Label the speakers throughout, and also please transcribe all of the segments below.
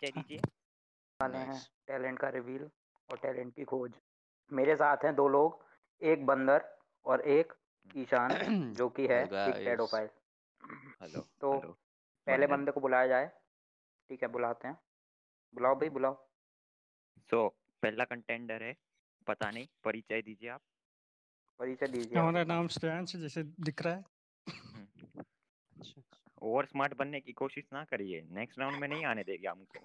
Speaker 1: दे दीजिए
Speaker 2: वाले हैं
Speaker 3: Nice.
Speaker 2: टैलेंट का रिवील और टैलेंट की खोज मेरे साथ हैं दो लोग एक बंदर और एक ईशान जो कि है
Speaker 3: Hello
Speaker 2: big
Speaker 3: guys.
Speaker 2: Paedophile
Speaker 3: hello
Speaker 2: तो
Speaker 3: हेलो
Speaker 2: पहले
Speaker 1: बंदर।
Speaker 2: बंदे को बुलाया जाए ठीक है बुलाते हैं बुलाओ भाई बुलाओ
Speaker 1: सो पहला कंटेंडर है पता नहीं परिचय दीजिए आप
Speaker 2: परिचय दीजिए
Speaker 4: हमारा
Speaker 2: आप।
Speaker 4: नाम श्रेयांश जैसे दिख रहा है
Speaker 1: हम्म।
Speaker 4: अच्छा,
Speaker 1: और स्मार्ट बनने की कोशिश ना करिए नेक्स्ट राउंड में नहीं आने देगा हमको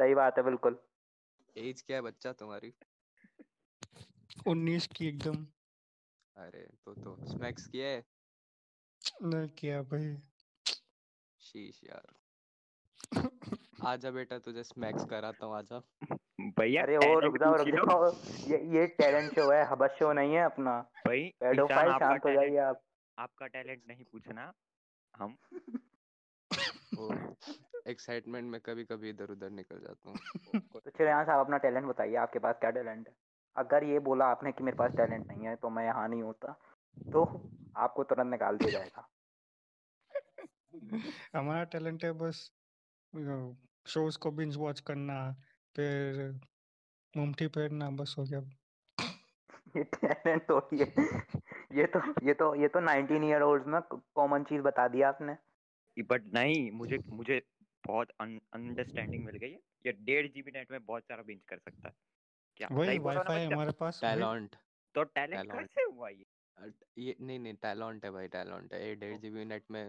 Speaker 2: सही बात है बिल्कुल
Speaker 3: एज क्या है बच्चा तुम्हारी
Speaker 4: उन्नीस की एकदम
Speaker 3: अरे तो तो स्मैक्स किया है
Speaker 4: नहीं किया भाई
Speaker 3: शीश यार आजा बेटा तुझे स्मैक्स कराता हूँ आजा
Speaker 1: भैया
Speaker 2: अरे ओ
Speaker 1: talent
Speaker 2: रुक जाओ रुक
Speaker 1: पूछ लो।
Speaker 2: जाओ ये ये टैलेंट शो है हबस शो नहीं है अपना
Speaker 1: भाई ईशान
Speaker 2: पेडोफाइल
Speaker 1: आपका
Speaker 2: शांत हो
Speaker 1: talent-
Speaker 2: जाइए आप
Speaker 1: आपका टैलेंट नहीं पूछना हम
Speaker 3: वो एक्साइटमेंट में कभी कभी इधर उधर निकल जाता हूँ
Speaker 2: तो चिरयान साहब अपना टैलेंट बताइए आपके पास क्या टैलेंट है अगर ये बोला आपने कि मेरे पास टैलेंट नहीं है तो मैं यहाँ नहीं होता तो आपको तुरंत निकाल दिया जाएगा
Speaker 4: हमारा टैलेंट है बस शोज को बिंज वॉच करना फिर मुमटी फेरना बस हो गया
Speaker 2: ये टैलेंट तो ये ये तो ये तो ये तो 19 ईयर ओल्ड में कॉमन चीज बता दी आपने
Speaker 1: बट नहीं मुझे मुझे बहुत अंडरस्टैंडिंग मिल गई है ये डेढ़ जीबी नेट में बहुत सारा बिंज कर सकता है क्या
Speaker 4: वही
Speaker 1: सही बोला ना
Speaker 4: वाईफाई
Speaker 1: बच्चा?
Speaker 4: हमारे पास वही-
Speaker 3: टैलेंट
Speaker 1: तो टैलेंट
Speaker 3: talent.
Speaker 1: कैसे हुआ ये
Speaker 3: ये नहीं नहीं टैलेंट है भाई टैलेंट है ये डेढ़ जीबी नेट में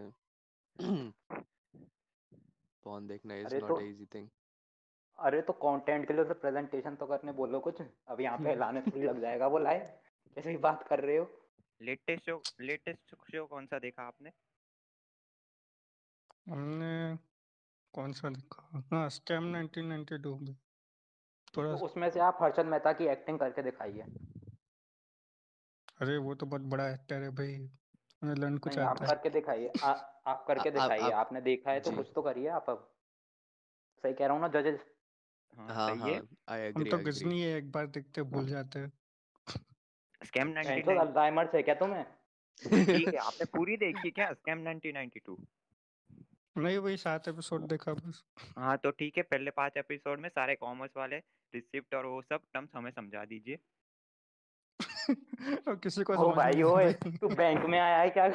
Speaker 3: पॉन देखना इज
Speaker 2: अरे
Speaker 3: नॉट
Speaker 2: तो-
Speaker 3: अ इजी थिंग
Speaker 2: अरे तो कंटेंट के लिए तो प्रेजेंटेशन तो करने बोलो कुछ अब यहाँ पे लाने थोड़ी लग जाएगा वो लाए कैसे भी बात कर रहे हो तो
Speaker 1: लेटेस्ट शो लेटेस्ट शो कौन सा देखा आपने
Speaker 4: हमने कौन सा देखा हाँ स्टैम
Speaker 1: हम्म।
Speaker 4: 1992 में थोड़ा
Speaker 2: तो उसमें से आप हर्षद मेहता की एक्टिंग करके दिखाइए
Speaker 4: अरे वो तो बहुत बड़ा एक्टर है भाई उन्हें लर्न कुछ
Speaker 2: नहीं, आप
Speaker 4: आता है
Speaker 2: करके दिखाइए आ- आप करके
Speaker 3: आ- आप-
Speaker 2: दिखाइए
Speaker 3: आप-
Speaker 2: आपने देखा है तो
Speaker 3: जी।
Speaker 2: कुछ तो करिए आप अब सही कह रहा हूँ ना जजेस
Speaker 3: हाँ
Speaker 1: सही
Speaker 3: हाँ
Speaker 1: है
Speaker 3: आई
Speaker 4: हम
Speaker 3: एग्री
Speaker 4: तो गजनी है एक बार देखते भूल
Speaker 1: हाँ।
Speaker 4: जाते हैं
Speaker 1: स्कैम
Speaker 2: तो
Speaker 1: 1992
Speaker 2: अल्जाइमर्स है क्या तुम्हें
Speaker 1: ठीक है आपने पूरी देखी है क्या स्कैम 1992
Speaker 4: नहीं वही सात एपिसोड देखा बस
Speaker 1: हाँ तो ठीक है पहले पांच एपिसोड में सारे कॉमर्स वाले रिसिप्ट और वो सब टर्म्स हमें समझा दीजिए
Speaker 4: और किसी को
Speaker 2: ओ
Speaker 4: समझ
Speaker 2: Oh, भाई
Speaker 4: नहीं आ
Speaker 2: ओए
Speaker 4: रही।
Speaker 2: तू बैंक में आया है क्या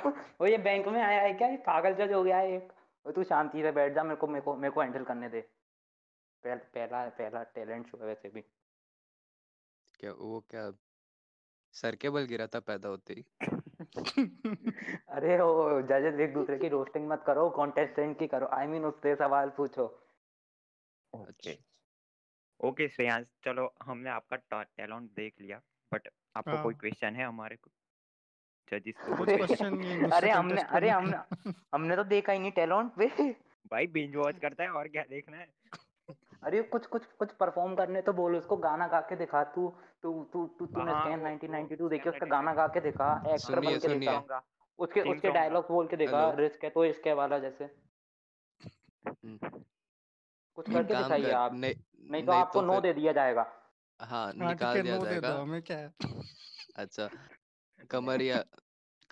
Speaker 2: ओ ये बैंक में आया है क्या ये पागल जज हो गया है एक ओ तू शांति से बैठ जा मेरे को मेरे को मेरे को हैंडल करने दे पहला पहला पहला टैलेंट शो है वैसे भी
Speaker 3: क्या वो क्या सर के बल गिरा था पैदा होते ही
Speaker 2: अरे ओ जजेस एक दूसरे की रोस्टिंग मत करो कॉन्टेस्टेंट की करो आई I मीन mean, उससे सवाल पूछो
Speaker 1: ओके
Speaker 3: अच्छा।
Speaker 1: ओके श्रेयांश चलो हमने आपका टैलेंट देख लिया बट आपको कोई
Speaker 4: हाँ।
Speaker 1: क्वेश्चन है हमारे को जजिस को
Speaker 4: कुछ
Speaker 2: अरे-
Speaker 4: क्वेश्चन नहीं मुझसे
Speaker 2: अरे हमने
Speaker 4: contest
Speaker 2: अरे
Speaker 4: करने
Speaker 2: हमने हमने तो देखा ही नहीं टैलेंट पे
Speaker 1: भाई बिंज वॉच करता है और क्या देखना है
Speaker 2: अरे कुछ कुछ कुछ परफॉर्म करने तो बोल उसको गाना गा के दिखा तू तू तू तू तूने
Speaker 1: हाँ,
Speaker 2: स्कैन
Speaker 1: वो- वो
Speaker 2: 1992 देखी उसका
Speaker 1: स्कैम
Speaker 2: गाना गा के दिखा एक्टर
Speaker 3: सुनिए,
Speaker 2: बन के
Speaker 3: सुनिए।
Speaker 2: दिखा उसके
Speaker 1: Theme
Speaker 2: उसके
Speaker 1: song गा।
Speaker 2: डायलॉग बोल के दिखा
Speaker 3: Hello.
Speaker 2: रिस्क है तो इसके वाला जैसे
Speaker 3: हम्म,
Speaker 2: कुछ करके
Speaker 3: काम
Speaker 2: दिखाइए
Speaker 3: कर
Speaker 2: आप
Speaker 3: नहीं
Speaker 2: नहीं
Speaker 3: नहीं
Speaker 2: तो आपको
Speaker 3: तो
Speaker 2: नो
Speaker 3: फिर-
Speaker 2: दे दिया जाएगा
Speaker 3: हाँ
Speaker 4: हाँ ठीक
Speaker 3: निकाल
Speaker 4: है
Speaker 3: दिया
Speaker 4: नो दे
Speaker 3: जाएगा
Speaker 4: दो हमें क्या है
Speaker 3: अच्छा कमरिया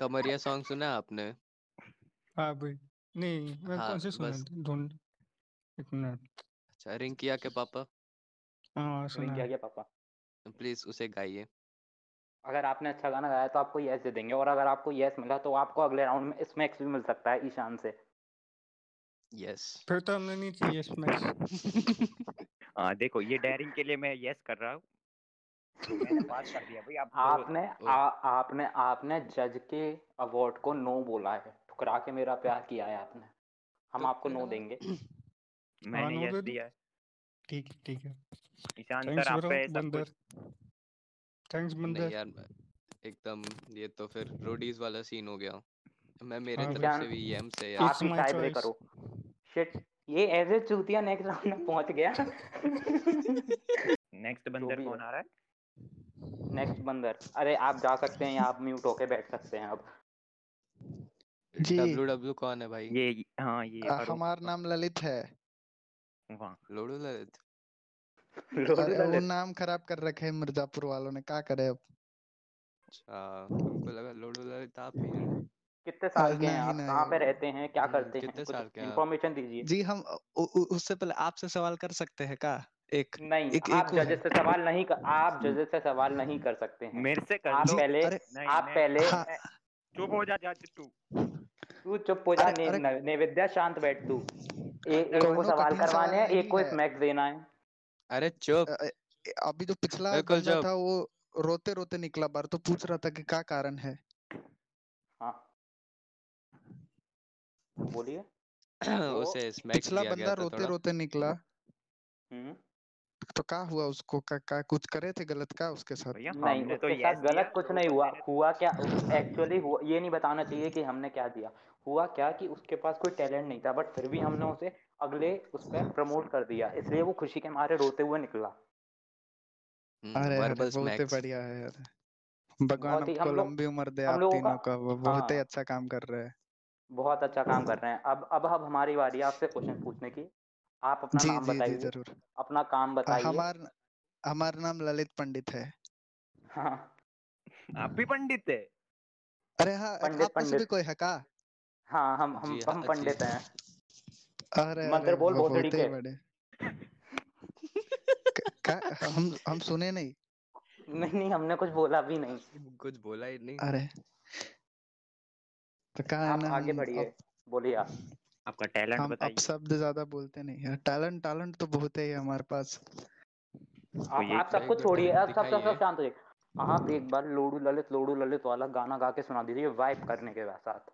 Speaker 3: कमरिया सॉन्ग सुना है आपने
Speaker 4: हाँ भाई नहीं मैं
Speaker 3: हाँ,
Speaker 4: कौन से सुना
Speaker 3: बस।
Speaker 4: ढूंढ एक मिनट
Speaker 3: अच्छा रिंकिया के पापा
Speaker 4: हाँ
Speaker 2: रिंग
Speaker 4: सुना
Speaker 2: किया
Speaker 4: है।
Speaker 2: गया पापा
Speaker 3: प्लीज उसे गाइए
Speaker 2: अगर आपने अच्छा गाना गाया तो आपको यस दे देंगे और अगर आपको यस मिला तो आपको अगले राउंड में स्मैक्स भी मिल सकता है ईशान से
Speaker 3: यस
Speaker 4: फिर तो हमने नहीं चाहिए इसमें
Speaker 1: हाँ देखो ये डेयरिंग के लिए मैं यस कर रहा हूँ तो मैंने बात कर दिया भाई आप
Speaker 2: आपने
Speaker 3: ओ।
Speaker 2: आ, आपने आपने जज के अवार्ड को नो बोला है ठुकरा के मेरा प्यार किया है आपने हम आपको नो
Speaker 3: ठुकरा।
Speaker 2: देंगे
Speaker 1: मैंने
Speaker 4: हाँ,
Speaker 1: यस
Speaker 4: no दे दो।
Speaker 1: दिया है
Speaker 4: ठीक है ठीक है
Speaker 1: ईशान
Speaker 4: थैंक्स
Speaker 1: सर आप
Speaker 4: ब्रो
Speaker 1: पे सब
Speaker 4: बंदर
Speaker 1: कुछ
Speaker 4: थैंक्स
Speaker 3: नहीं
Speaker 4: बंदर
Speaker 3: यार मैं- एकदम ये तो फिर रोडीज वाला सीन हो गया मैं मेरे
Speaker 4: हाँ,
Speaker 3: तरफ
Speaker 2: जान-
Speaker 3: से भी एम से यार
Speaker 2: आप
Speaker 4: It's
Speaker 2: ही
Speaker 4: my
Speaker 2: टाई ब्रेक
Speaker 4: choice.
Speaker 2: करो शिट ये एज ए चूतिया नेक्स्ट राउंड में पहुंच गया
Speaker 1: नेक्स्ट बंदर
Speaker 2: भी
Speaker 1: कौन
Speaker 2: है।
Speaker 1: आ रहा है
Speaker 2: नेक्स्ट बंदर अरे आप जा सकते हैं या आप म्यूट होके बैठ सकते हैं अब
Speaker 5: जी
Speaker 3: डब्ल्यू डब्ल्यू कौन है भाई
Speaker 1: ये हाँ ये
Speaker 5: आ,
Speaker 1: अरुण-
Speaker 5: हमारा नाम ललित है
Speaker 1: वाह
Speaker 3: लोडू ललित तो
Speaker 5: अरे वो
Speaker 2: लोडू
Speaker 5: नाम खराब कर रखे हैं मिर्जापुर वालों ने क्या करे अब
Speaker 3: अच्छा हमको लगा लोडू ललित आप ही हैं
Speaker 2: कितने साल
Speaker 5: आज
Speaker 2: के हैं
Speaker 5: हाँ,
Speaker 2: आप
Speaker 5: नहीं, नहीं। हाँ,
Speaker 2: कहाँ पे रहते हैं क्या
Speaker 3: हम्म,
Speaker 2: करते हैं
Speaker 3: कितने साल
Speaker 2: कुछ
Speaker 3: के हैं आप?
Speaker 2: इन्फॉर्मेशन दीजिए
Speaker 5: जी हम उ- उ- उससे पहले आपसे सवाल कर सकते हैं का एक
Speaker 2: नहीं
Speaker 5: एक-
Speaker 2: आप
Speaker 5: एक और है।
Speaker 2: जजेस से सवाल नहीं कर आप जजेस से सवाल नहीं कर सकते हैं
Speaker 1: मेरे से कर
Speaker 2: आप
Speaker 1: लो
Speaker 2: पहले
Speaker 5: अरे
Speaker 1: नहीं,
Speaker 2: आप
Speaker 1: नहीं,
Speaker 2: पहले
Speaker 5: हाँ,
Speaker 1: चुप हो जा जा तू
Speaker 2: तू चुप हो जा
Speaker 5: अरे-
Speaker 2: ने-
Speaker 5: अरे-
Speaker 2: न- नैवेद्या शांत बैठ तू ए, एक को
Speaker 5: कौनो
Speaker 2: सवाल
Speaker 5: कठिन
Speaker 2: करवाने
Speaker 5: सवाल
Speaker 2: हैं एक
Speaker 5: नहीं
Speaker 2: को
Speaker 5: है।
Speaker 2: स्मैक देना है
Speaker 3: अरे चुप
Speaker 5: अ- अ- अभी जो पिछला
Speaker 3: बिल्कुल
Speaker 5: बंदा
Speaker 3: जब-
Speaker 5: था वो रोते रोते निकला बार तो पूछ रहा था कि क्या कारण है
Speaker 2: हाँ बोलिए वो
Speaker 3: उसे स्मैक
Speaker 5: पिछला
Speaker 3: दिया
Speaker 5: बंदा
Speaker 3: गया था
Speaker 5: रोते
Speaker 3: थोड़ा
Speaker 5: रोते निकला
Speaker 2: हम्म
Speaker 5: तो क्या हुआ उसको का, का कुछ करे थे गलत का उसके साथ
Speaker 1: भैया
Speaker 2: नहीं
Speaker 1: हमने तो
Speaker 2: उसके
Speaker 1: yes
Speaker 2: साथ गलत
Speaker 1: दिया,
Speaker 2: कुछ
Speaker 1: तो
Speaker 2: नहीं हुआ
Speaker 1: मैंने-
Speaker 2: हुआ क्या एक्चुअली हुआ ये नहीं बताना चाहिए कि हमने क्या दिया हुआ क्या कि उसके पास कोई टैलेंट नहीं था बट फिर भी हमने उसे अगले उस पर प्रमोट कर दिया इसलिए वो खुशी के मारे रोते हुए निकला
Speaker 3: हम्म,
Speaker 5: अरे अरे
Speaker 3: verbal
Speaker 5: बहुत ही
Speaker 3: smacks।
Speaker 5: बढ़िया है यार भगवान
Speaker 2: बहुत ही- हम
Speaker 5: आपको
Speaker 2: लोग-
Speaker 5: लंबी उम्र दे
Speaker 2: हम
Speaker 5: आप
Speaker 2: लोगों का-
Speaker 5: तीनों का वो बहुत ही
Speaker 2: हाँ।
Speaker 5: अच्छा काम कर रहे हैं
Speaker 2: बहुत अच्छा काम कर रहे हैं अब अब अब हमारी बारी है आपसे क्वेश्चन पूछने की आप अपना
Speaker 5: जी
Speaker 2: नाम
Speaker 5: जी जी
Speaker 2: बताइए
Speaker 5: जरूर
Speaker 2: अपना काम बताइए
Speaker 5: हमार हमारा नाम ललित पंडित है
Speaker 2: हाँ
Speaker 1: आप भी पंडित है
Speaker 5: अरे हाँ
Speaker 2: पंडित-
Speaker 5: आप में से भी
Speaker 2: पंडित।
Speaker 5: कोई है का
Speaker 2: हाँ हम हम
Speaker 3: जी, हाँ,
Speaker 2: हम
Speaker 3: जी।
Speaker 2: पंडित हैं
Speaker 5: अरे
Speaker 2: मंत्र
Speaker 5: अरे
Speaker 2: बोल
Speaker 5: वो
Speaker 2: भोसड़ी
Speaker 5: बहुत ही
Speaker 2: के।
Speaker 5: बड़े क- का हम हम सुने नहीं
Speaker 2: नहीं नहीं हमने कुछ बोला भी नहीं
Speaker 5: हाँ,
Speaker 3: कुछ बोला ही नहीं
Speaker 5: अरे तो कहा है
Speaker 2: आप
Speaker 5: ना
Speaker 2: आगे
Speaker 5: हम
Speaker 2: बढ़िए
Speaker 5: अप-
Speaker 2: बोलिए आप
Speaker 1: आपका टैलेंट
Speaker 5: हम
Speaker 1: बताइए
Speaker 5: अपशब्द ज्यादा बोलते नहीं है टैलेंट टैलेंट तो बहुत है ही हमारे पास
Speaker 2: आप
Speaker 1: ये
Speaker 2: आप सब
Speaker 3: एक
Speaker 2: कुछ
Speaker 3: बार
Speaker 2: छोड़िए
Speaker 3: तो
Speaker 2: आप सब सब
Speaker 3: दिखाइए।
Speaker 2: सब शांत हो जाइए आप एक बार लोडू ललित लोडू ललित वाला गाना गा के सुना दीजिए वाइप करने के साथ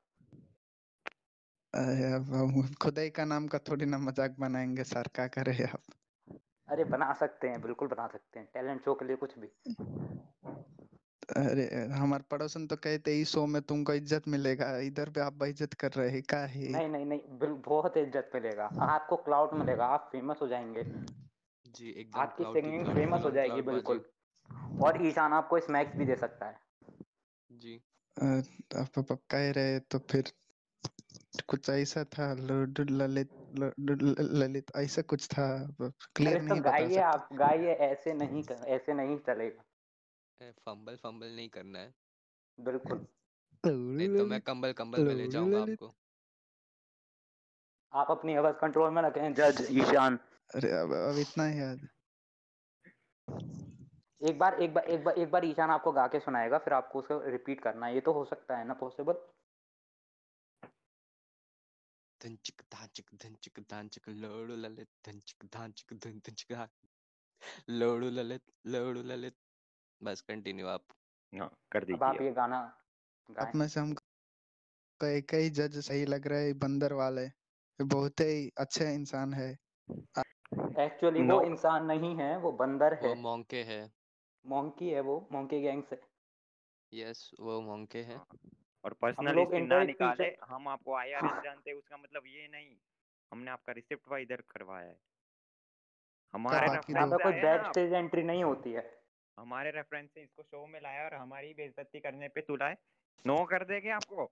Speaker 5: अरे अब हम खुदाई का नाम का थोड़ी ना मजाक बनाएंगे सर क्या करे आप
Speaker 2: अरे बना सकते हैं बिल्कुल बना सकते हैं टैलेंट शो के लिए कुछ भी
Speaker 5: अरे हमारे पड़ोसन तो कहते ही शो में तुमको इज्जत मिलेगा इधर पे आप बेइज्जत कर रहे हैं का है
Speaker 2: नहीं नहीं नहीं बिल- बहुत इज्जत मिलेगा आपको क्लाउड मिलेगा आप फेमस हो जाएंगे
Speaker 3: जी एकदम
Speaker 2: आपकी
Speaker 3: cloud की
Speaker 2: सिंगिंग
Speaker 3: cloud
Speaker 2: फेमस हो
Speaker 3: cloud
Speaker 2: जाएगी
Speaker 3: cloud
Speaker 2: बिल्कुल
Speaker 3: बाजी।
Speaker 2: और ईशान आपको स्मैक्स भी दे सकता है
Speaker 3: जी
Speaker 5: अ, आप आप कह रहे तो फिर कुछ ऐसा था लड्डू ललित लड्डू ललित ऐसा कुछ था क्लियर
Speaker 2: अरे तो
Speaker 5: नहीं बता
Speaker 2: गाइए
Speaker 5: सकता
Speaker 2: आप गाइए ऐसे नहीं कर, ऐसे नहीं चलेगा
Speaker 3: फंबल फंबल नहीं करना है
Speaker 2: बिल्कुल
Speaker 3: नहीं तो मैं कंबल कंबल में ले
Speaker 5: ललित-
Speaker 3: जाऊंगा
Speaker 5: ललित।
Speaker 3: आपको
Speaker 2: आप अपनी आवाज कंट्रोल में रखें जज ईशान
Speaker 5: अरे अब अब इतना ही याद
Speaker 2: एक बार एक बार एक बार एक बार ईशान आपको गा के सुनाएगा फिर आपको उसको रिपीट करना है ये तो हो सकता है ना पॉसिबल
Speaker 3: धनचिक धानचिक धनचिक धानचिक लोड़ू ललित धनचिक धानचिक धन धनचिक धान लोड़ू ललित लोड़ू ललित बस कंटिन्यू आप
Speaker 1: हाँ, कर
Speaker 2: अब आप
Speaker 1: दीजिए
Speaker 2: ये गाना
Speaker 5: आप
Speaker 2: गाएं
Speaker 5: में से हमको एक ही जज सही लग रहा है बंदर वाले ये बहुत ही अच्छे इंसान है
Speaker 2: एक्चुअली वो
Speaker 1: No.
Speaker 2: इंसान नहीं है वो बंदर है
Speaker 3: वो मोंके है
Speaker 2: मोंकी है वो मोंकी गैंग से
Speaker 3: यस वो मोंके है
Speaker 1: हाँ, और पर्सनल
Speaker 2: लोग हाँ।
Speaker 1: हिस्ट्री ना
Speaker 2: internet
Speaker 1: निकाले
Speaker 2: teacher-
Speaker 1: हम आपको आईआरएस जानते हैं उसका मतलब ये नहीं हमने आपका रिसिप्ट वाइज इधर करवाया है हमारे
Speaker 5: बाकी
Speaker 1: reference
Speaker 2: ज्यादा
Speaker 1: से
Speaker 2: कोई
Speaker 1: आया ना
Speaker 2: बैक
Speaker 1: आप।
Speaker 2: स्टेज एंट्री नहीं होती है
Speaker 1: हमारे रेफरेंस से इसको शो में लाया और हमारी बेइज्जती करने पे तू लाए नो कर देंगे आपको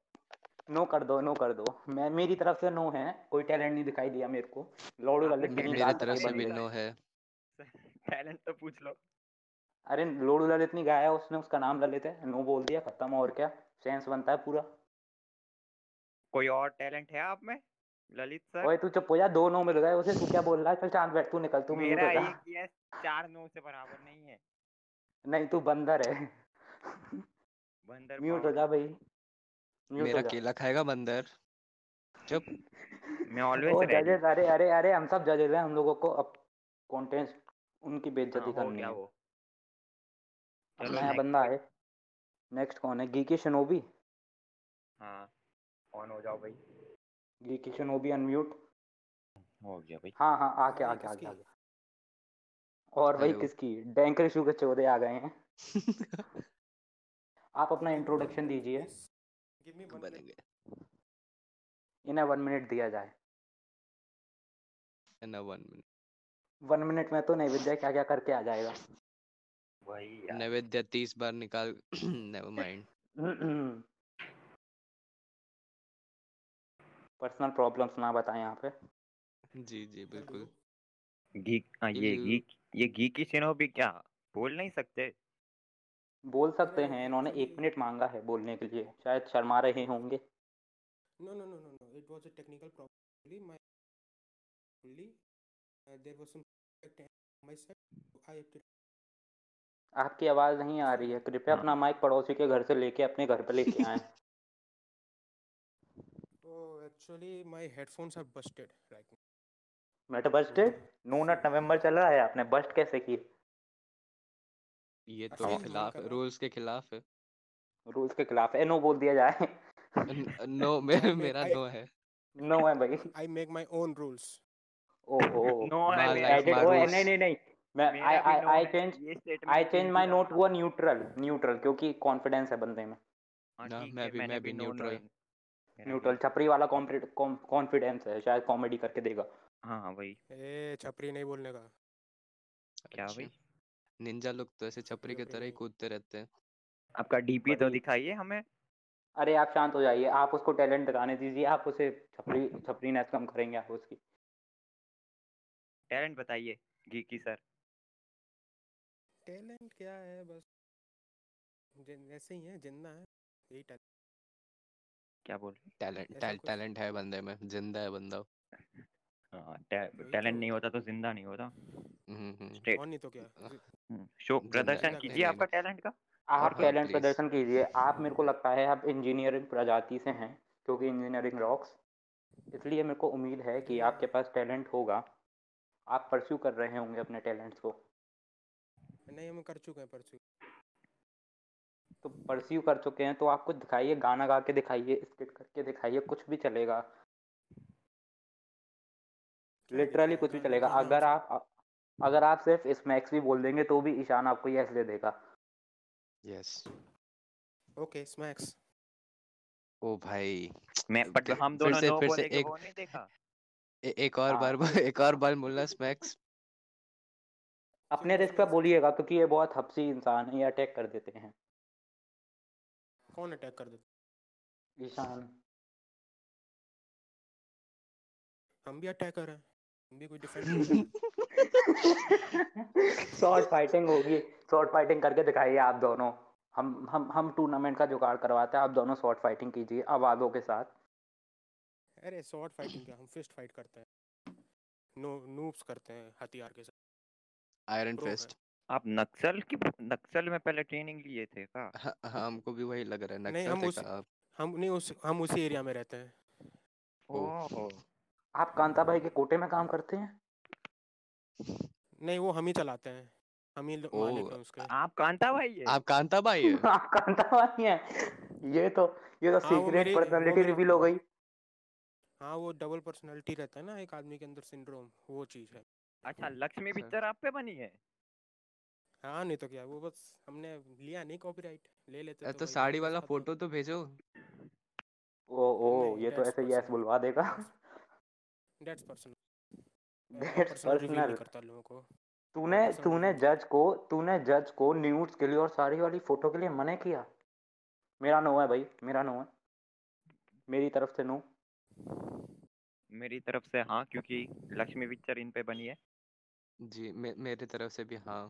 Speaker 2: नो कर दो नो कर दो मैं मेरी तरफ से नो है कोई टैलेंट नहीं दिखाई दिया मेरे को लौड़ू ललित की
Speaker 1: मेरी
Speaker 2: ही
Speaker 3: मेरे
Speaker 2: बात
Speaker 3: तरफ
Speaker 2: आगे
Speaker 3: से
Speaker 2: बढ़ी
Speaker 3: भी
Speaker 1: बंदर
Speaker 2: है।
Speaker 3: नो है
Speaker 1: टैलेंट तो पूछ लो
Speaker 2: अरे लोड़ू ललित नहीं गाया उसने उसका नाम ललित है नो बोल दिया खत्म और क्या सेंस बनता है पूरा
Speaker 1: कोई और टैलेंट है आप में ललित सर
Speaker 2: ओए तू चुप हो जा दो नो मिल गए उसे तू क्या बोल रहा है चल चांद बैठ तू निकल तू मुझे
Speaker 1: मेरा
Speaker 2: बता।
Speaker 1: एक यस चार नो से बराबर नहीं है
Speaker 2: नहीं तू बंदर है
Speaker 1: बंदर
Speaker 2: म्यूट हो
Speaker 1: पावर।
Speaker 2: जा भाई म्यूट
Speaker 3: मेरा
Speaker 2: हो जा
Speaker 3: केला खाएगा बंदर
Speaker 1: मैं ऑलवेज
Speaker 2: ओ
Speaker 1: रेडी
Speaker 2: जजेस अरे अरे अरे हम सब जजेस हैं हम लोगों को अब कंटेंट उनकी बेइज्जती
Speaker 1: हाँ, हो
Speaker 2: करनी
Speaker 1: गया
Speaker 2: है
Speaker 1: वो चलो
Speaker 2: नया
Speaker 1: next
Speaker 2: बंदा है नेक्स्ट कौन है गीकी शनोबी
Speaker 1: हाँ ऑन हो जाओ भाई
Speaker 2: गीकी शनोबी अनम्यूट
Speaker 1: हो गया भाई
Speaker 2: हाँ हाँ आके आके
Speaker 6: भाई,
Speaker 2: आके
Speaker 6: किसकी?
Speaker 2: आके और वही
Speaker 3: Hello.
Speaker 2: किसकी डैंक रिशु के चौदे आ गए हैं आप अपना इंट्रोडक्शन दीजिए
Speaker 6: Give me one minute.
Speaker 3: बनेंगे
Speaker 2: इन्हें वन मिनट दिया जाए
Speaker 3: ना वन मिनट
Speaker 2: वन मिनट में तो नहीं विद्या क्या क्या करके आ जाएगा
Speaker 1: वही यार
Speaker 3: नैवेद्य तीस बार निकाल नेवर माइंड
Speaker 2: पर्सनल प्रॉब्लम्स ना बताएं यहाँ पे
Speaker 3: जी जी बिल्कुल
Speaker 1: घी हाँ, ये
Speaker 3: इल-
Speaker 1: घी ये घी की शेनो भी क्या बोल नहीं सकते
Speaker 2: बोल सकते हैं इन्होंने एक मिनट मांगा है बोलने के लिए शायद शर्मा रहे होंगे
Speaker 6: No, no, no, no, no. It was a technical problem. Only My only uh, there was some defect on my side. so I have to
Speaker 2: आपकी आवाज नहीं आ रही है कृपया अपना माइक पड़ोसी के घर से लेके अपने घर पे लेके आए
Speaker 6: Oh, actually, my headphones are busted right now.
Speaker 2: Mate busted no nut November चल रहा है आपने बस्ट कैसे की
Speaker 3: ये
Speaker 6: अच्छा,
Speaker 3: तो
Speaker 6: इन्होंने
Speaker 3: खिलाफ
Speaker 6: करा।
Speaker 3: रूल्स के खिलाफ है
Speaker 2: रूल्स के खिलाफ है नो बोल दिया जाए
Speaker 3: न- नो मे,
Speaker 6: मैं-
Speaker 3: मेरा
Speaker 6: I-
Speaker 3: नो है
Speaker 2: नो है भाई
Speaker 6: I make my own rules.
Speaker 2: ओहो
Speaker 1: no
Speaker 3: My
Speaker 1: I
Speaker 3: life,
Speaker 2: edit
Speaker 3: my
Speaker 2: oh
Speaker 3: rules.
Speaker 2: तो नहीं नहीं नहीं मैं I I I change I change my note वो न्यूट्रल न्यूट्रल क्योंकि कॉन्फिडेंस है बंदे में
Speaker 1: हाँ,
Speaker 3: ना, मैं भी- मैं भी neutral।
Speaker 2: न्यूट्रल छपरी वाला कॉन्फिडेंस है शायद कॉमेडी करके देगा
Speaker 1: हाँ हाँ, वही
Speaker 6: ए छपरी नहीं बोलने का
Speaker 1: क्या
Speaker 3: अच्छा,
Speaker 1: भाई
Speaker 3: निंजा लोग तो ऐसे छपरी की
Speaker 6: छपरी
Speaker 3: तरह ही
Speaker 6: नहीं।
Speaker 3: कूदते रहते हैं
Speaker 1: आपका डीपी तो
Speaker 2: बड़ी-
Speaker 1: दिखाइए हमें
Speaker 2: अरे आप शांत हो जाइए आप उसको टैलेंट दिखाने दीजिए आप उसे छपरी छपरी नेस कम करेंगे आप उसकी
Speaker 1: टैलेंट बताइए गीकी सर
Speaker 6: टैलेंट क्या है बस जिन- ऐसे ही है जिंदा है यही talent।
Speaker 1: क्या बोल रहे
Speaker 3: टैलेंट
Speaker 6: ऐसा
Speaker 3: टैलेंट
Speaker 6: कुछ-
Speaker 3: टैलेंट है बंदे में जिंदा है बंदा
Speaker 1: हाँ,
Speaker 6: वही
Speaker 1: टै-
Speaker 6: तो।
Speaker 1: टैलेंट नहीं होता तो जिंदा नहीं होता
Speaker 3: हम्म, हम्म।
Speaker 1: स्ट्रेट
Speaker 6: और नहीं तो क्या
Speaker 3: आह,
Speaker 1: शो
Speaker 3: जिंदा
Speaker 1: प्रदर्शन
Speaker 6: है,
Speaker 1: कीजिए
Speaker 6: नहीं,
Speaker 1: आपका टैलेंट का
Speaker 2: आप
Speaker 3: हाँ,
Speaker 2: टैलेंट
Speaker 3: please।
Speaker 2: प्रदर्शन कीजिए आप मेरे को लगता है आप इंजीनियरिंग प्रजाति से हैं क्योंकि इंजीनियरिंग रॉक्स इसलिए मेरे को उम्मीद है कि
Speaker 6: Yeah.
Speaker 2: आपके पास टैलेंट होगा आप परस्यू कर रहे होंगे अपने टैलेंट्स को
Speaker 6: नहीं हम कर चुके हैं परसों
Speaker 2: तो परस्यू कर चुके हैं तो आप कुछ दिखाइए गाना गा के दिखाइए स्किट करके दिखाइए कुछ भी चलेगा
Speaker 6: क्या
Speaker 2: लिटरली
Speaker 6: दिखाएं,
Speaker 2: कुछ भी
Speaker 6: गाना
Speaker 2: चलेगा
Speaker 6: गाना
Speaker 2: अगर
Speaker 6: उसे-
Speaker 2: आप अगर आप सिर्फ स्मैक्स भी बोल देंगे तो भी ईशान आपको यस दे देगा
Speaker 3: यस
Speaker 6: ओके स्मैक्स
Speaker 3: ओ भाई
Speaker 1: मैं पर जो
Speaker 3: फिर-
Speaker 1: हम
Speaker 3: फिर
Speaker 1: दोनों
Speaker 3: से-
Speaker 1: नो
Speaker 3: फिर से
Speaker 1: बोलेंगे
Speaker 3: एक-
Speaker 1: वो नहीं देखा
Speaker 3: ए, एक और
Speaker 2: हाँ।
Speaker 3: बार बो- एक और बार बोलना स्मैक्स
Speaker 2: अपने रिस्क पे बोलिएगा क्योंकि ये बहुत हपसी इंसान है ये अटैक कर देते हैं
Speaker 6: कौन अटैक कर देता
Speaker 2: ईशान
Speaker 6: हम भी अटैकर हैं हम भी कोई डिफेंस
Speaker 2: शॉर्ट फाइटिंग होगी शॉर्ट फाइटिंग करके दिखाइए आप दोनों हम हम हम टूर्नामेंट का जुगाड़ करवाते हैं आप दोनों शॉर्ट फाइटिंग कीजिए आवाजों के साथ
Speaker 6: अरे शॉर्ट फाइटिंग क्या हम फिस्ट फाइट करते हैं नो नूब्स करते हैं हथियार के साथ
Speaker 3: आयरन
Speaker 6: Bro है।
Speaker 3: फिस्ट
Speaker 1: आप नक्सल की नक्सल में पहले ट्रेनिंग लिए थे का
Speaker 3: हमको भी वही लग रहा है
Speaker 6: नहीं,
Speaker 3: नक्सल
Speaker 6: हम
Speaker 3: से
Speaker 6: उस-
Speaker 3: कहा
Speaker 6: हम नहीं उस हम उसी एरिया में रहते हैं
Speaker 1: ओ
Speaker 2: आप कांता भाई के कोटे में काम करते हैं
Speaker 6: नहीं वो हम ही चलाते हैं हम ही लो-
Speaker 3: ओ,
Speaker 6: मालिक हैं उसके
Speaker 1: आप कांता भाई है
Speaker 3: आप कांता भाई है
Speaker 2: आप कांता भाई हैं ये तो ये तो
Speaker 6: हाँ, वो
Speaker 2: सीक्रेट
Speaker 6: मेरी- वो
Speaker 2: पर्सनालिटी
Speaker 6: मेरी-
Speaker 2: रिवील हो गई
Speaker 6: हाँ वो डबल पर्सनैलिटी रहता है ना एक आदमी के अंदर सिंड्रोम वो चीज़ है
Speaker 1: अच्छा लक्ष्मी
Speaker 3: अच्छा।
Speaker 1: पिक्चर आप पे बनी है
Speaker 6: हाँ नहीं तो क्या वो बस हमने लिया नहीं कॉपीराइट ले लेते
Speaker 3: अ,
Speaker 6: तो
Speaker 3: तो
Speaker 6: भाई
Speaker 3: साड़ी
Speaker 6: गाने के
Speaker 3: वाला
Speaker 6: साथ तो-
Speaker 3: फोटो तो भेजो
Speaker 2: ओ ओ
Speaker 6: नहीं,
Speaker 2: ये तो
Speaker 6: that's
Speaker 2: ऐसे यस
Speaker 6: personal.
Speaker 2: बुलवा देगा
Speaker 6: That's personal. मैं अपना
Speaker 2: That's
Speaker 6: personal reveal नहीं
Speaker 2: personal.
Speaker 6: करता लोगों को
Speaker 2: तूने
Speaker 6: personal
Speaker 2: तूने
Speaker 6: reveal।
Speaker 2: जज को तूने जज को न्यूड्स के लिए और सारी वाली फोटो के लिए मना किया मेरा नो है भाई मेरा नो है मेरी तरफ से नो
Speaker 1: मेरी तरफ से हाँ क्योंकि लक्ष्मी पिक्चर इन पे बनी है
Speaker 3: जी मे, मेरे तरफ से भी हाँ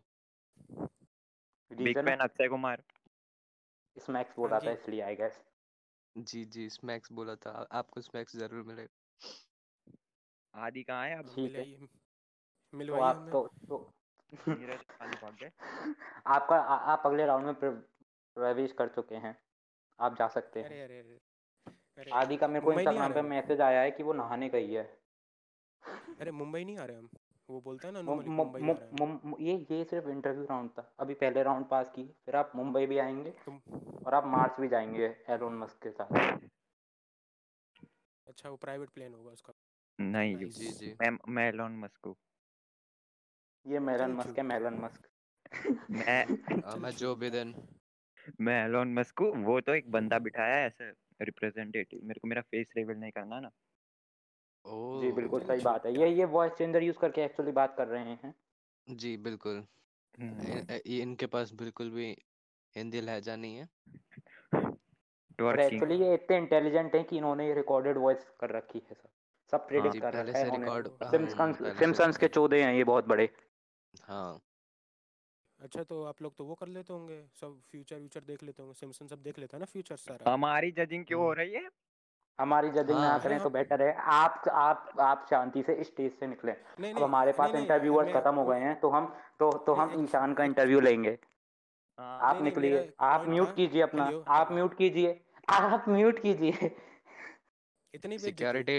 Speaker 1: big
Speaker 2: reason
Speaker 1: fan Akshay Kumar
Speaker 2: smacks बोल रहा
Speaker 6: हाँ
Speaker 2: था
Speaker 6: जी।
Speaker 2: इसलिए I guess
Speaker 3: ji ji smacks बोला था आ, आपको स्मैक्स जरूर मिलेगा
Speaker 1: आदि कहाँ
Speaker 6: हाँ
Speaker 1: है अब
Speaker 2: ठीक है।
Speaker 6: मिलाइए-
Speaker 2: तो
Speaker 6: मिलवाइए
Speaker 2: आप
Speaker 6: हमें
Speaker 2: तो, तो
Speaker 1: नीरज आदि भाग गए
Speaker 2: आपका आ, आप अगले राउंड में प्र- प्रवेश कर चुके हैं आप जा सकते हैं
Speaker 6: अरे अरे अरे अरे
Speaker 2: आदि का मेरे को
Speaker 6: मुंबई नहीं आ
Speaker 2: इंस्टाग्राम पे
Speaker 6: रहे हम।
Speaker 2: मैसेज आया है कि वो नहाने गई है
Speaker 6: अरे मुंबई नहीं आ रहे हम वो बोलता है ना
Speaker 2: मुं-
Speaker 6: normally
Speaker 2: मुं-
Speaker 6: मुंबई आ
Speaker 2: मुं-
Speaker 6: रहे हैं
Speaker 2: मुं- मुं- ये ये सिर्फ इंटरव्यू राउंड था अभी पहले राउंड पास किए फिर आप मुंबई भी आएंगे
Speaker 6: तुम
Speaker 2: और आप मार्च भी जाएंगे एलोन मस्क के साथ
Speaker 6: अच्छा वो प्राइवेट प्लेन होगा उसका
Speaker 1: नहीं
Speaker 6: Nice.
Speaker 3: जी जी
Speaker 1: मैं मैं एलोन मस्क हूँ
Speaker 2: ये मेलन
Speaker 6: Thank
Speaker 2: मस्क
Speaker 6: you.
Speaker 2: है मेलन मस्क
Speaker 1: मैं
Speaker 3: अ, मैं जो बेदन
Speaker 1: मैं एलोन मस्क हूँ वो तो एक बंदा बिठाया है ऐसे रिप्रेजेंटेटिव मेरे को मेरा फेस रिवील नहीं करना ना
Speaker 3: ओ
Speaker 2: जी बिल्कुल
Speaker 6: चलो
Speaker 2: सही
Speaker 6: ठीक
Speaker 2: बात है
Speaker 6: है।
Speaker 2: ये ये वॉइस चेंजर यूज करके एक्चुअली बात कर रहे हैं
Speaker 3: जी बिल्कुल
Speaker 1: हम्म,
Speaker 3: इ- अ, ये इनके पास बिल्कुल भी हिंदी लहजा नहीं है
Speaker 2: और
Speaker 1: टॉर्च किंग
Speaker 2: एक्चुअली ये इतने इंटेलिजेंट हैं कि इन्होंने ये रिकॉर्डेड वॉइस कर रखी है सब सब प्रेडिक्ट
Speaker 3: हाँ, जी
Speaker 2: कर
Speaker 3: पहले
Speaker 2: रखा है
Speaker 3: से
Speaker 2: इन्होंने
Speaker 3: रिकॉर्ड
Speaker 6: वो-
Speaker 2: सिम्पसंस
Speaker 3: पहले से
Speaker 2: सिम्पसंस के चौदह हैं ये बहुत बड़े
Speaker 3: हाँ
Speaker 6: अच्छा तो आप लोग तो वो कर लेते होंगे
Speaker 2: हाँ,
Speaker 6: सब फ्यूचर व्यूचर देख लेते होंगे सिम्पसन सब देख लेता है ना फ्यूचर सारा
Speaker 1: हमारी जजिंग क्यों हो
Speaker 3: हम्म।
Speaker 1: रही है
Speaker 2: हमारी जजिंग
Speaker 3: हाँ,
Speaker 2: ना
Speaker 3: हाँ,
Speaker 2: करें तो
Speaker 6: हाँ।
Speaker 2: बेटर है आप आप आप शांति से स्टेज से निकलें
Speaker 6: नहीं
Speaker 2: अब हमारे पास
Speaker 6: नहीं, नहीं,
Speaker 2: इंटरव्यूअर्स
Speaker 6: मैं
Speaker 2: खत्म हो
Speaker 6: आपको-
Speaker 2: गए हैं तो हम तो तो हम
Speaker 6: नहीं, एक-
Speaker 2: ईशान का इंटरव्यू लेंगे
Speaker 1: हाँ,
Speaker 2: आप
Speaker 6: नहीं,
Speaker 2: निकलिए
Speaker 6: मेरा
Speaker 2: आप
Speaker 6: point
Speaker 2: म्यूट
Speaker 6: था,
Speaker 2: कीजिए अपना
Speaker 6: हेलो,
Speaker 2: आप म्यूट कीजिए आप म्यूट कीजिए
Speaker 6: इतनी पे
Speaker 3: security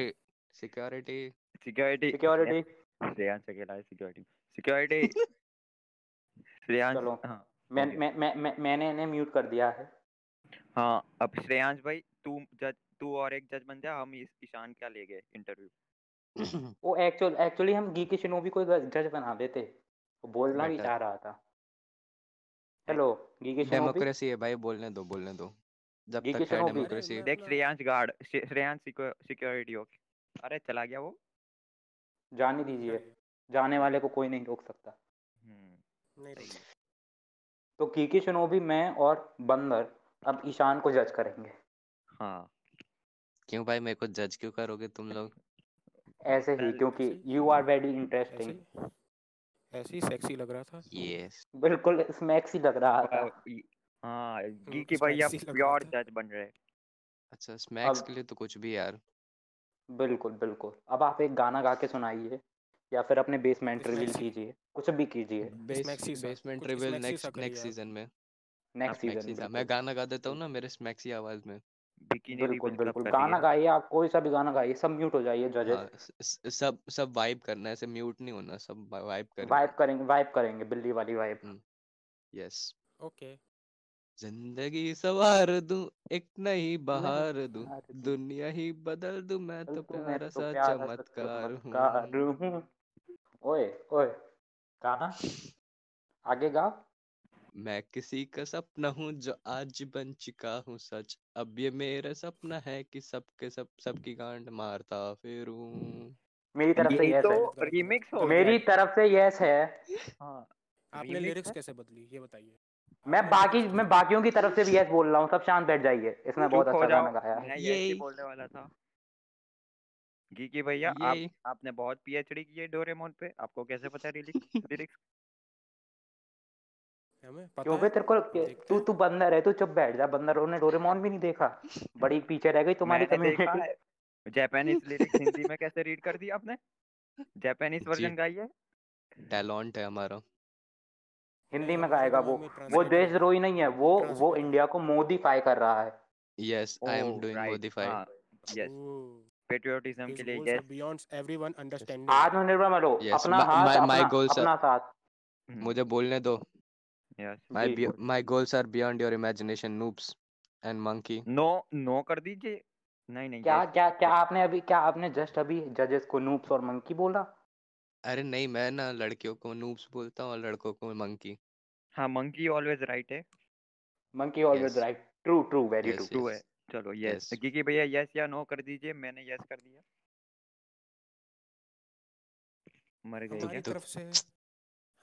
Speaker 3: security
Speaker 1: security
Speaker 2: security
Speaker 1: Shreyansh अकेला है सिक्योरिटी सिक्योरिटी श्रेयांश
Speaker 2: चलो।
Speaker 1: हाँ
Speaker 2: मैं,
Speaker 1: Okay.
Speaker 2: मैं, मैं, मैं, मैंने इन्हें म्यूट कर दिया है
Speaker 1: हाँ अब श्रेयांश भाई तू जज तू और एक जज बन जा हम इस ईशान क्या ले गए इंटरव्यू
Speaker 2: वो एक्चुअल एक्चुअली हम गी की शिनोबी को जज बना देते वो बोलना भी
Speaker 3: Better.
Speaker 2: चाह रहा था हेलो गी की शिनोबी
Speaker 3: डेमोक्रेसी है भाई बोलने दो बोलने दो जब
Speaker 2: ये
Speaker 3: तक
Speaker 2: किशन
Speaker 3: है
Speaker 2: हो गई।
Speaker 3: डेमोक्रेसी
Speaker 1: देख श्रेयांश गार्ड श्रे- श्रेयांश सिक्योरिटी ओके अरे चला गया वो
Speaker 2: जाने दीजिए जाने वाले को कोई नहीं रोक सकता
Speaker 1: हम्म,
Speaker 6: नहीं
Speaker 1: सही है।
Speaker 2: तो कीकी शनोबी मैं और बंदर अब ईशान को जज करेंगे
Speaker 1: हाँ
Speaker 3: क्यों भाई मेरे को जज क्यों करोगे तुम लोग
Speaker 2: ऐसे ही
Speaker 1: Well,
Speaker 2: क्योंकि
Speaker 6: ऐसे ही।
Speaker 2: यू आर वेरी
Speaker 6: ऐसे
Speaker 2: इंटरेस्टिंग
Speaker 6: ही- ऐसे ही सेक्सी लग रहा था
Speaker 3: ये
Speaker 2: बिल्कुल स्मैक्स ही लग रहा था
Speaker 1: वाह, ये- हाँ घी
Speaker 6: उसको
Speaker 1: के भाई आप
Speaker 6: spicy लग रहा
Speaker 1: प्योर
Speaker 6: था।
Speaker 1: जज बन रहे
Speaker 3: अच्छा स्मैक्स
Speaker 2: अब-
Speaker 3: के लिए तो कुछ भी यार
Speaker 2: बिल्कुल बिल्कुल अब आप एक गाना गा के सुनाइए या फिर अपने बेसमेंट रिवील
Speaker 6: Smacks-
Speaker 2: कीजिए कुछ भी कीजिए
Speaker 6: Smacks ही सा,
Speaker 3: बेसमेंट
Speaker 6: कुछ
Speaker 3: ट्रिविल
Speaker 6: Smacks ही सा
Speaker 3: नेक्स्ट
Speaker 6: करिए
Speaker 3: नेक्स्ट
Speaker 6: आप।
Speaker 3: सीजन में
Speaker 2: नेक्स्ट
Speaker 3: स्मैक्सी
Speaker 2: सीजन
Speaker 6: तो
Speaker 3: सा मैं गाना गा देता हूँ ना मेरे स्मैक्सी आवाज में
Speaker 1: बिकी ने भी
Speaker 2: बिल्कुल
Speaker 1: build up
Speaker 2: बिल्कुल
Speaker 1: कर
Speaker 2: गाना
Speaker 1: दिया।
Speaker 2: गाइए आप कोई सा भी गाना गाइए सब म्यूट हो जाइए
Speaker 3: हाँ
Speaker 2: जजेस
Speaker 3: स- स- सब सब वाइब करना है ऐसे म्यूट नहीं होना सब वाइब करना
Speaker 2: वाइब करेंगे वाइब करेंगे बिल्ली वाली वाइब
Speaker 3: यस
Speaker 6: Okay.
Speaker 3: जिंदगी सवार दूं एक नई बहार दूं
Speaker 2: बहार दूं,
Speaker 3: दुनिया ही बदल दूं मैं तो
Speaker 2: तो बिल्कुल मैं
Speaker 3: प्यारा
Speaker 2: तो
Speaker 3: सा
Speaker 2: प्यारा सा
Speaker 3: चमत्कार
Speaker 2: चमत्कार
Speaker 3: हूँ
Speaker 2: हूँ ओए ओए गाना आगे गाओ
Speaker 3: मैं किसी का सपना हूँ जो आज बन चुका हूँ सच अब ये मेरा सपना है कि सबके सब सबकी गांड मारता फिरूं
Speaker 2: मेरी तरफ से
Speaker 1: ये
Speaker 2: यस
Speaker 1: तो
Speaker 6: गलत, गलत,
Speaker 1: remix हो
Speaker 2: है
Speaker 1: गया
Speaker 6: गलत।
Speaker 2: मेरी तरफ से यस है
Speaker 1: हाँ
Speaker 6: आपने
Speaker 1: remix
Speaker 6: lyrics
Speaker 1: है?
Speaker 6: कैसे बदली ये बताइए
Speaker 2: मैं
Speaker 6: आपने
Speaker 2: बाकी
Speaker 6: lyrics
Speaker 2: मैं
Speaker 6: कैसे-
Speaker 2: बाकियों की तरफ से भी यस बोल रहा हूँ सब शांत बैठ जाइए इसने बहुत
Speaker 1: चुप हो
Speaker 2: अच्छा
Speaker 1: जाओ
Speaker 2: गाना गाया है
Speaker 1: मैं ये
Speaker 3: यही।
Speaker 1: ही बोलने वाला था घी के भैया
Speaker 3: ये
Speaker 1: आप आपने बहुत पीएचडी की है डोरेमोन पे आपको कैसे पता लिरिक्स लिरिक्स
Speaker 6: हमें पता
Speaker 2: क्योंकि
Speaker 6: है?
Speaker 2: तेरे को
Speaker 6: देखते
Speaker 2: तू
Speaker 6: हैं।
Speaker 2: तू बंदर है तू चुप बैठ जा बंदरों ने डोरेमोन भी नहीं देखा बड़ी पीछे रह गई तुम्हारी
Speaker 1: मैंने देखा
Speaker 2: कम्युनिटी
Speaker 1: है जापानीज लिरिक्स हिंदी में कैसे रीड कर दी आपने जापानीज
Speaker 3: जी।
Speaker 1: वर्जन गाई है
Speaker 3: टैलेंट है हमारा
Speaker 2: हिंदी
Speaker 6: नहीं,
Speaker 2: में
Speaker 6: वो
Speaker 2: गाएगा
Speaker 6: तो
Speaker 2: वो
Speaker 6: हमें
Speaker 2: वो
Speaker 6: translate करना-
Speaker 2: देशद्रोही नहीं है वो वो
Speaker 6: Translate-
Speaker 2: इंडिया को मोदीफाई कर रहा है
Speaker 3: yes I am
Speaker 1: oh
Speaker 3: doing
Speaker 1: right
Speaker 3: modify
Speaker 1: Oh, हाँ यस
Speaker 6: Ooh,
Speaker 1: पेट्रियोटिज्म
Speaker 6: his
Speaker 1: के लिए
Speaker 6: goals are
Speaker 1: yes
Speaker 6: beyond everyone understanding.
Speaker 2: आत्मनिर्भर बनो
Speaker 3: Yes,
Speaker 2: अपना
Speaker 3: my-
Speaker 2: हाथ
Speaker 3: my- my
Speaker 2: अपना
Speaker 3: goals are-
Speaker 2: अपना साथ हम्म।
Speaker 1: Hmm,
Speaker 3: मुझे बोलने दो
Speaker 1: यस
Speaker 3: माय
Speaker 2: जी
Speaker 3: my goals are beyond your imagination noobs and monkey
Speaker 1: no no कर दीजिए नहीं नहीं
Speaker 2: क्या
Speaker 1: yes.
Speaker 2: क्या क्या आपने अभी क्या आपने जस्ट अभी जजेस को नूप्स और मंकी बोला
Speaker 3: अरे नहीं मैं ना लड़कियों को नूब्स बोलता हूँ और लड़कों को मंकी
Speaker 1: हाँ मंकी ऑलवेज राइट है
Speaker 2: monkey always
Speaker 3: Yes.
Speaker 2: Right true true very true
Speaker 3: yes
Speaker 1: True है। चलो यस
Speaker 3: Yes.
Speaker 1: क्योंकि भैया यस या नो कर दीजिए मैंने यस कर दिया मर गए
Speaker 6: हमारी
Speaker 1: क्या
Speaker 3: तुक-
Speaker 6: तरफ से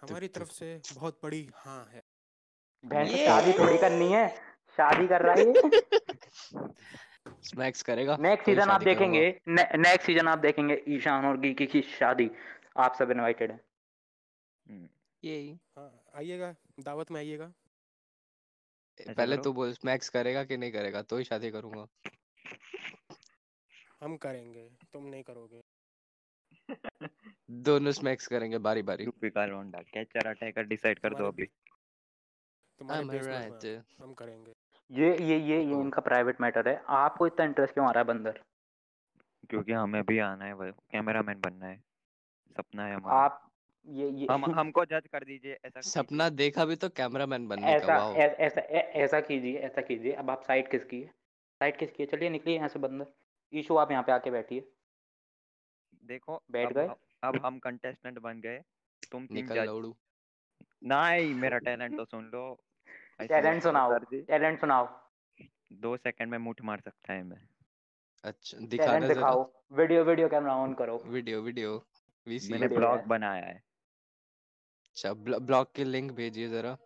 Speaker 6: हमारी तरफ से बहुत बड़ी हाँ है
Speaker 2: बहन से
Speaker 3: ये-
Speaker 2: शादी थोड़ी करनी है शादी कर रहा है
Speaker 3: स्मैक्स करेगा
Speaker 2: नेक्स्ट
Speaker 3: कोई
Speaker 2: सीजन आप
Speaker 3: शादी करूंगा।
Speaker 2: देखेंगे नेक्स्ट सीजन आप देखेंगे ईशान और गीकी की शादी आप सब इनवाइटेड हैं
Speaker 3: यही
Speaker 6: हाँ आइएगा दावत में आइएगा
Speaker 1: ऐसा
Speaker 3: पहले
Speaker 1: करो।
Speaker 3: तो बोल स्मैक्स करेगा कि नहीं करेगा तो ही शादी करूंगा
Speaker 6: हम करेंगे तुम नहीं करोगे
Speaker 3: दोनों स्मैक्स करेंगे बारी बारी
Speaker 1: रूपिका लोंडा कैचर अटैकर डिसाइड कर दो अभी
Speaker 6: हमारे तुम्हारे
Speaker 3: I'm
Speaker 6: basement
Speaker 3: alright.
Speaker 6: में हम करेंगे
Speaker 2: ये ये ये ये
Speaker 3: ओ।
Speaker 2: इनका प्राइवेट मैटर है आपको इतना इंटरेस्ट क्यों आ रहा है बंदर
Speaker 1: क्योंकि हमें भी आना है कैमरामैन बनना है सपना है
Speaker 3: हाँ।
Speaker 1: हमारा
Speaker 2: आप ये ये
Speaker 1: हम हमको जज कर दीजिए ऐसा
Speaker 3: सपना देखा भी तो कैमरामैन बनने
Speaker 2: ऐसा
Speaker 3: का वाओ
Speaker 2: ऐ- ऐसा ऐ- ऐसा कीजिए ऐसा कीजिए अब आप साइड किसकी है साइड किसकी है चलिए निकलिए यहाँ से बंदर ईशू आप यहाँ पे आके बैठिए
Speaker 1: कीजिए। देखो
Speaker 2: बैठ
Speaker 1: अब
Speaker 2: गए?
Speaker 1: हम- अब हम कंटेस्टेंट बन गए तुम टीम
Speaker 3: निकल
Speaker 1: जज
Speaker 3: लौड़ू
Speaker 1: नहीं मेरा टैलेंट तो सुन लो ऐसे
Speaker 2: टैलेंट
Speaker 1: मत करो
Speaker 2: सुनाओ
Speaker 1: सर जी।
Speaker 2: टैलेंट सुनाओ
Speaker 1: दो सेकंड में मुठ मार सकता है मैं
Speaker 3: अच्छा
Speaker 2: टैलेंट
Speaker 3: दिखाना जरा
Speaker 2: दिखाओ वीडियो वीडियो कैमरा ऑन करो
Speaker 3: वीडियो वीडियो वीसी
Speaker 1: मैंने
Speaker 2: Video
Speaker 1: ब्लॉग
Speaker 2: है।
Speaker 1: बनाया है
Speaker 3: अच्छा ब्लॉग की लिंक भेजिए जरा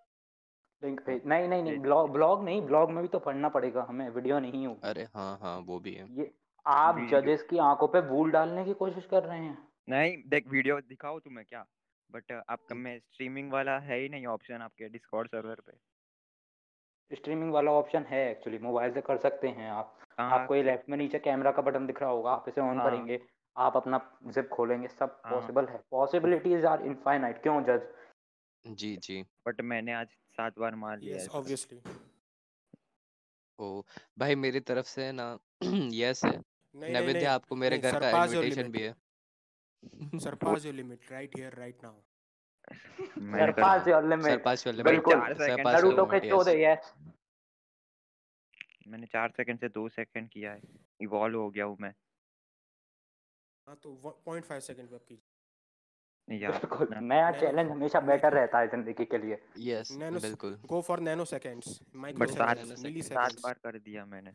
Speaker 2: लिंक भेज नहीं नहीं नहीं
Speaker 1: भेज
Speaker 2: ब्लॉग ब्लॉग नहीं ब्लॉग में भी तो पढ़ना पड़ेगा हमें वीडियो नहीं होगी
Speaker 3: अरे हाँ हाँ वो भी है
Speaker 2: ये आप
Speaker 1: Video.
Speaker 2: जजेस की आंखों पे भूल डालने की कोशिश कर रहे हैं
Speaker 1: नहीं देख वीडियो दिखाओ तुम्हें क्या बट आपका में स्ट्रीमिंग वाला है ही नहीं ऑप्शन आपके डिस्कॉर्ड सर्वर पे
Speaker 2: स्ट्रीमिंग वाला ऑप्शन है एक्चुअली मोबाइल से कर सकते हैं आप
Speaker 1: कहाँ
Speaker 2: आपको ये लेफ्ट में नीचे कैमरा का बटन दिख रहा होगा आप इसे ऑन
Speaker 1: हाँ।
Speaker 2: करेंगे आप अपना जिप खोलेंगे सब
Speaker 1: हाँ।
Speaker 2: पॉसिबल है पॉसिबिलिटीज आर इनफाइनाइट क्यों जज
Speaker 3: जी जी
Speaker 1: बट मैंने आज सात बार मार लिया
Speaker 6: यस
Speaker 1: इसको।
Speaker 6: ऑब्वियसली
Speaker 3: ओ भाई मेरी तरफ से है ना यस है
Speaker 6: नहीं नहीं
Speaker 3: नैवेद्य
Speaker 6: नहीं
Speaker 3: आपको मेरे
Speaker 6: नहीं,
Speaker 3: घर का
Speaker 6: सरपास your
Speaker 3: इनविटेशन
Speaker 6: limit.
Speaker 3: भी है
Speaker 6: surpass your limit right here right now
Speaker 1: मैंने कर
Speaker 2: सरपास योर लिमिट
Speaker 3: सरपास वाले
Speaker 2: बिल्कुल,
Speaker 1: चार second
Speaker 3: सरपास
Speaker 1: Naruto
Speaker 2: नरूटो
Speaker 1: your
Speaker 2: के
Speaker 1: limit,
Speaker 2: चौदह यस
Speaker 1: मैंने चार सेकंड से दो सेकंड किया है इवॉल्व हो गया हूँ मैं
Speaker 6: हाँ तो पॉइंट फाइव सेकेंड पे आपकी
Speaker 1: यार
Speaker 2: बिल्कुल
Speaker 1: ना-
Speaker 2: नया
Speaker 6: नहीं,
Speaker 2: चैलेंज हमेशा
Speaker 6: नहीं।
Speaker 2: बेटर रहता है जिंदगी के लिए
Speaker 3: यस
Speaker 6: नैनो
Speaker 3: बिल्कुल
Speaker 6: go for nano seconds
Speaker 1: but
Speaker 6: micro
Speaker 1: सात
Speaker 3: nanoseconds,
Speaker 6: सेकेंड्स मिली
Speaker 1: सात
Speaker 6: सेकेंड्स
Speaker 1: बार कर दिया मैंने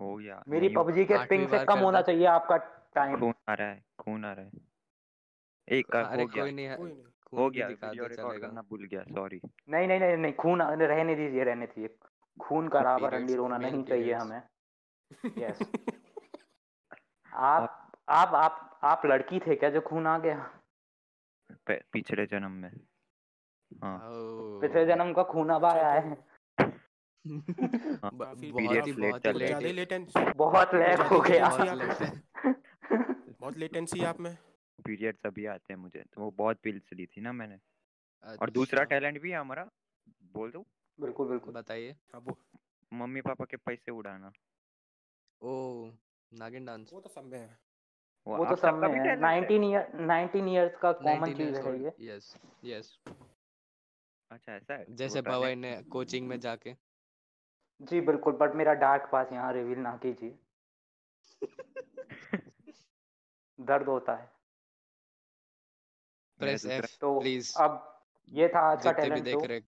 Speaker 1: हो गया
Speaker 2: मेरी
Speaker 1: नहीं हो-
Speaker 2: पबजी के
Speaker 3: आठवीं
Speaker 2: पिंग से
Speaker 3: बार
Speaker 2: कम
Speaker 3: कर
Speaker 2: होना
Speaker 3: दो।
Speaker 2: चाहिए आपका टाइम
Speaker 1: खून आ रहा है खून आ रहा है एक का
Speaker 3: अरे
Speaker 1: हो गया
Speaker 3: कोई नहीं है
Speaker 6: कोई नहीं
Speaker 1: हो
Speaker 3: खून भी
Speaker 1: गया
Speaker 3: निकाल
Speaker 1: वीडियो
Speaker 3: दो
Speaker 1: रिकॉर्ड
Speaker 3: चलेगा
Speaker 1: करना भूल गया सॉरी
Speaker 2: नहीं नहीं नहीं नहीं खून आने- रहने दीजिए रहने दीजिए खून का रावा
Speaker 3: Periods,
Speaker 2: रंडी रोना
Speaker 3: male
Speaker 2: नहीं चाहिए
Speaker 3: periods.
Speaker 2: हमें यस आप आप आप आप लड़की थे क्या जो खून आ गया
Speaker 1: पे- पिछले जन्म में हाँ
Speaker 3: ओ,
Speaker 2: पिछले जन्म का खून अब आया है
Speaker 3: ब-
Speaker 6: काफी
Speaker 3: बहुत
Speaker 1: काफी
Speaker 3: ही
Speaker 1: late
Speaker 3: बहुत ही
Speaker 1: चल
Speaker 6: कुछ ज्यादा ही
Speaker 3: late-
Speaker 6: लेट एंड
Speaker 2: बहुत लैग हो
Speaker 6: बहुत
Speaker 2: गया
Speaker 6: late
Speaker 3: बहुत late है।
Speaker 6: बहुत लेटेंसी आप में
Speaker 1: पीरियड्स अभी आते हैं मुझे तो वो बहुत पिल्स ली थी ना मैंने और दूसरा
Speaker 3: अच्छा,
Speaker 1: टैलेंट भी है हमारा बोल दो
Speaker 2: बिल्कुल बिल्कुल
Speaker 3: बताइए
Speaker 6: हाँ वो
Speaker 1: मम्मी पापा के पैसे उड़ाना
Speaker 3: ओ नागिन डांस
Speaker 6: वो तो सब में है
Speaker 1: वो,
Speaker 2: वो तो
Speaker 1: आप
Speaker 2: सब
Speaker 1: सबका
Speaker 2: में
Speaker 1: भी
Speaker 2: है
Speaker 1: talent है।
Speaker 2: 19 ईयर 19 इयर्स का कॉमन
Speaker 3: 19
Speaker 2: चीज
Speaker 3: years
Speaker 2: है
Speaker 3: old,
Speaker 2: ये
Speaker 3: yes yes
Speaker 1: अच्छा ऐसा है
Speaker 3: जैसे
Speaker 1: वो
Speaker 3: भवन
Speaker 1: talent-
Speaker 3: ने कोचिंग में जाके
Speaker 2: जी बिल्कुल बट मेरा डार्क पास यहाँ रिवील ना कीजिए दर्द होता है
Speaker 1: मेरा
Speaker 3: प्रेस
Speaker 1: दूसरा
Speaker 3: एफ
Speaker 2: तो
Speaker 3: प्लीज
Speaker 2: अब ये था आज का
Speaker 3: जितने
Speaker 2: टैलेंट
Speaker 3: भी देख
Speaker 2: शो
Speaker 3: रहे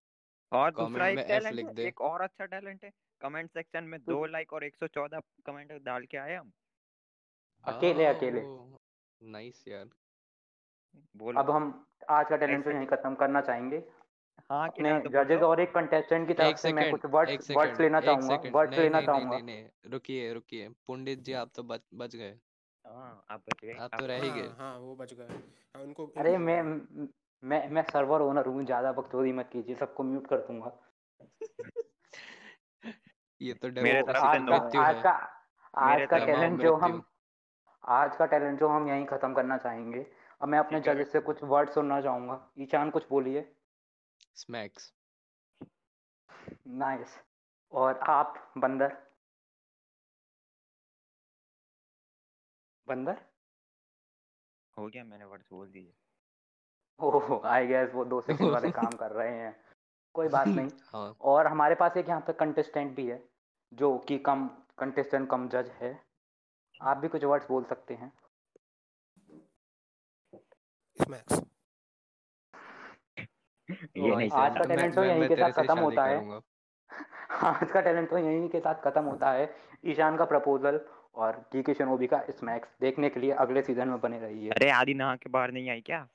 Speaker 1: और
Speaker 3: comment
Speaker 1: दूसरा एक
Speaker 3: में F
Speaker 1: टैलेंट
Speaker 3: लिख
Speaker 1: है
Speaker 3: दे।
Speaker 1: एक और अच्छा टैलेंट है कमेंट सेक्शन में दो लाइक और 114 कमेंट डाल के आए हम
Speaker 2: अकेले अकेले
Speaker 3: नाइस यार
Speaker 1: बोलो
Speaker 2: अब हम आज का टैलेंट शो
Speaker 1: ऐसे-
Speaker 2: यहीं खत्म करना चाहेंगे
Speaker 1: हाँ कि
Speaker 2: अपने
Speaker 1: ना तो
Speaker 2: जजेस
Speaker 1: बोलो
Speaker 2: और एक कंटेस्टेंट की तरफ
Speaker 3: एक
Speaker 2: से मैं
Speaker 3: सेकंड
Speaker 2: कुछ वर्ड्स
Speaker 3: एक
Speaker 2: वर्ड्स
Speaker 3: सेकंड
Speaker 2: लेना
Speaker 3: एक
Speaker 2: चाहूंगा
Speaker 3: सेकंड
Speaker 2: वर्ड्स
Speaker 3: नहीं
Speaker 2: लेना
Speaker 3: नहीं नहीं
Speaker 2: चाहूंगा
Speaker 3: नहीं नहीं रुकिए रुकिए पंडित जी आप तो बच बच गए
Speaker 1: हाँ आप बच गए
Speaker 3: आप
Speaker 1: आप
Speaker 3: तो रह ही गए
Speaker 6: हाँ हाँ वो बच गए हाँ, उनको
Speaker 2: अरे
Speaker 6: उनको-
Speaker 2: मैं मैं मैं सर्वर ओनर हूँ ज्यादा बकचोदी मत कीजिए सबको म्यूट कर दूंगा
Speaker 3: ये तो
Speaker 1: मेरे
Speaker 3: डेमोक्रेसी
Speaker 1: तरफ से
Speaker 2: आज
Speaker 3: की
Speaker 1: no.
Speaker 2: का
Speaker 3: मृत्यु
Speaker 2: आज
Speaker 3: है
Speaker 2: का आज
Speaker 1: मेरे
Speaker 2: का
Speaker 1: तरफ से
Speaker 2: टैलेंट
Speaker 1: no.
Speaker 2: जो
Speaker 3: मृत्यु।
Speaker 2: हम आज का टैलेंट जो हम यहीं खत्म करना चाहेंगे अब मैं अपने
Speaker 1: ठीक है।
Speaker 2: जजेस से कुछ वर्ड सुनना चाहूंगा ईशान कुछ बोलिए
Speaker 3: स्मैक्स
Speaker 2: नाइस और आप बंदर बंदर
Speaker 1: हो गया मैंने वर्ड्स बोल दिए
Speaker 2: ओह आई गेस वो दो सेकंड वाले काम कर रहे हैं कोई बात नहीं
Speaker 3: हाँ
Speaker 2: और हमारे पास एक यहाँ पे कंटेस्टेंट भी है जो कि कम कंटेस्टेंट कम जज है आप भी कुछ वर्ड्स बोल सकते हैं
Speaker 6: स्मैक्स
Speaker 1: ये
Speaker 2: और
Speaker 1: नहीं
Speaker 2: तो आज
Speaker 1: चलना
Speaker 2: का
Speaker 3: मैं
Speaker 2: टैलेंट शो
Speaker 3: मैं-
Speaker 2: यहीं
Speaker 3: मैं
Speaker 2: के
Speaker 3: तेरे
Speaker 2: साथ
Speaker 3: से
Speaker 2: खत्म
Speaker 3: शादी
Speaker 2: होता है
Speaker 3: करूंगा
Speaker 2: आज का टैलेंट शो तो यहीं के साथ खत्म होता है ईशान का प्रपोजल और डी के शनोबी का स्मैक्स देखने के लिए अगले सीजन में बने रहिए
Speaker 1: अरे आदि नहा के बाहर नहीं आई क्या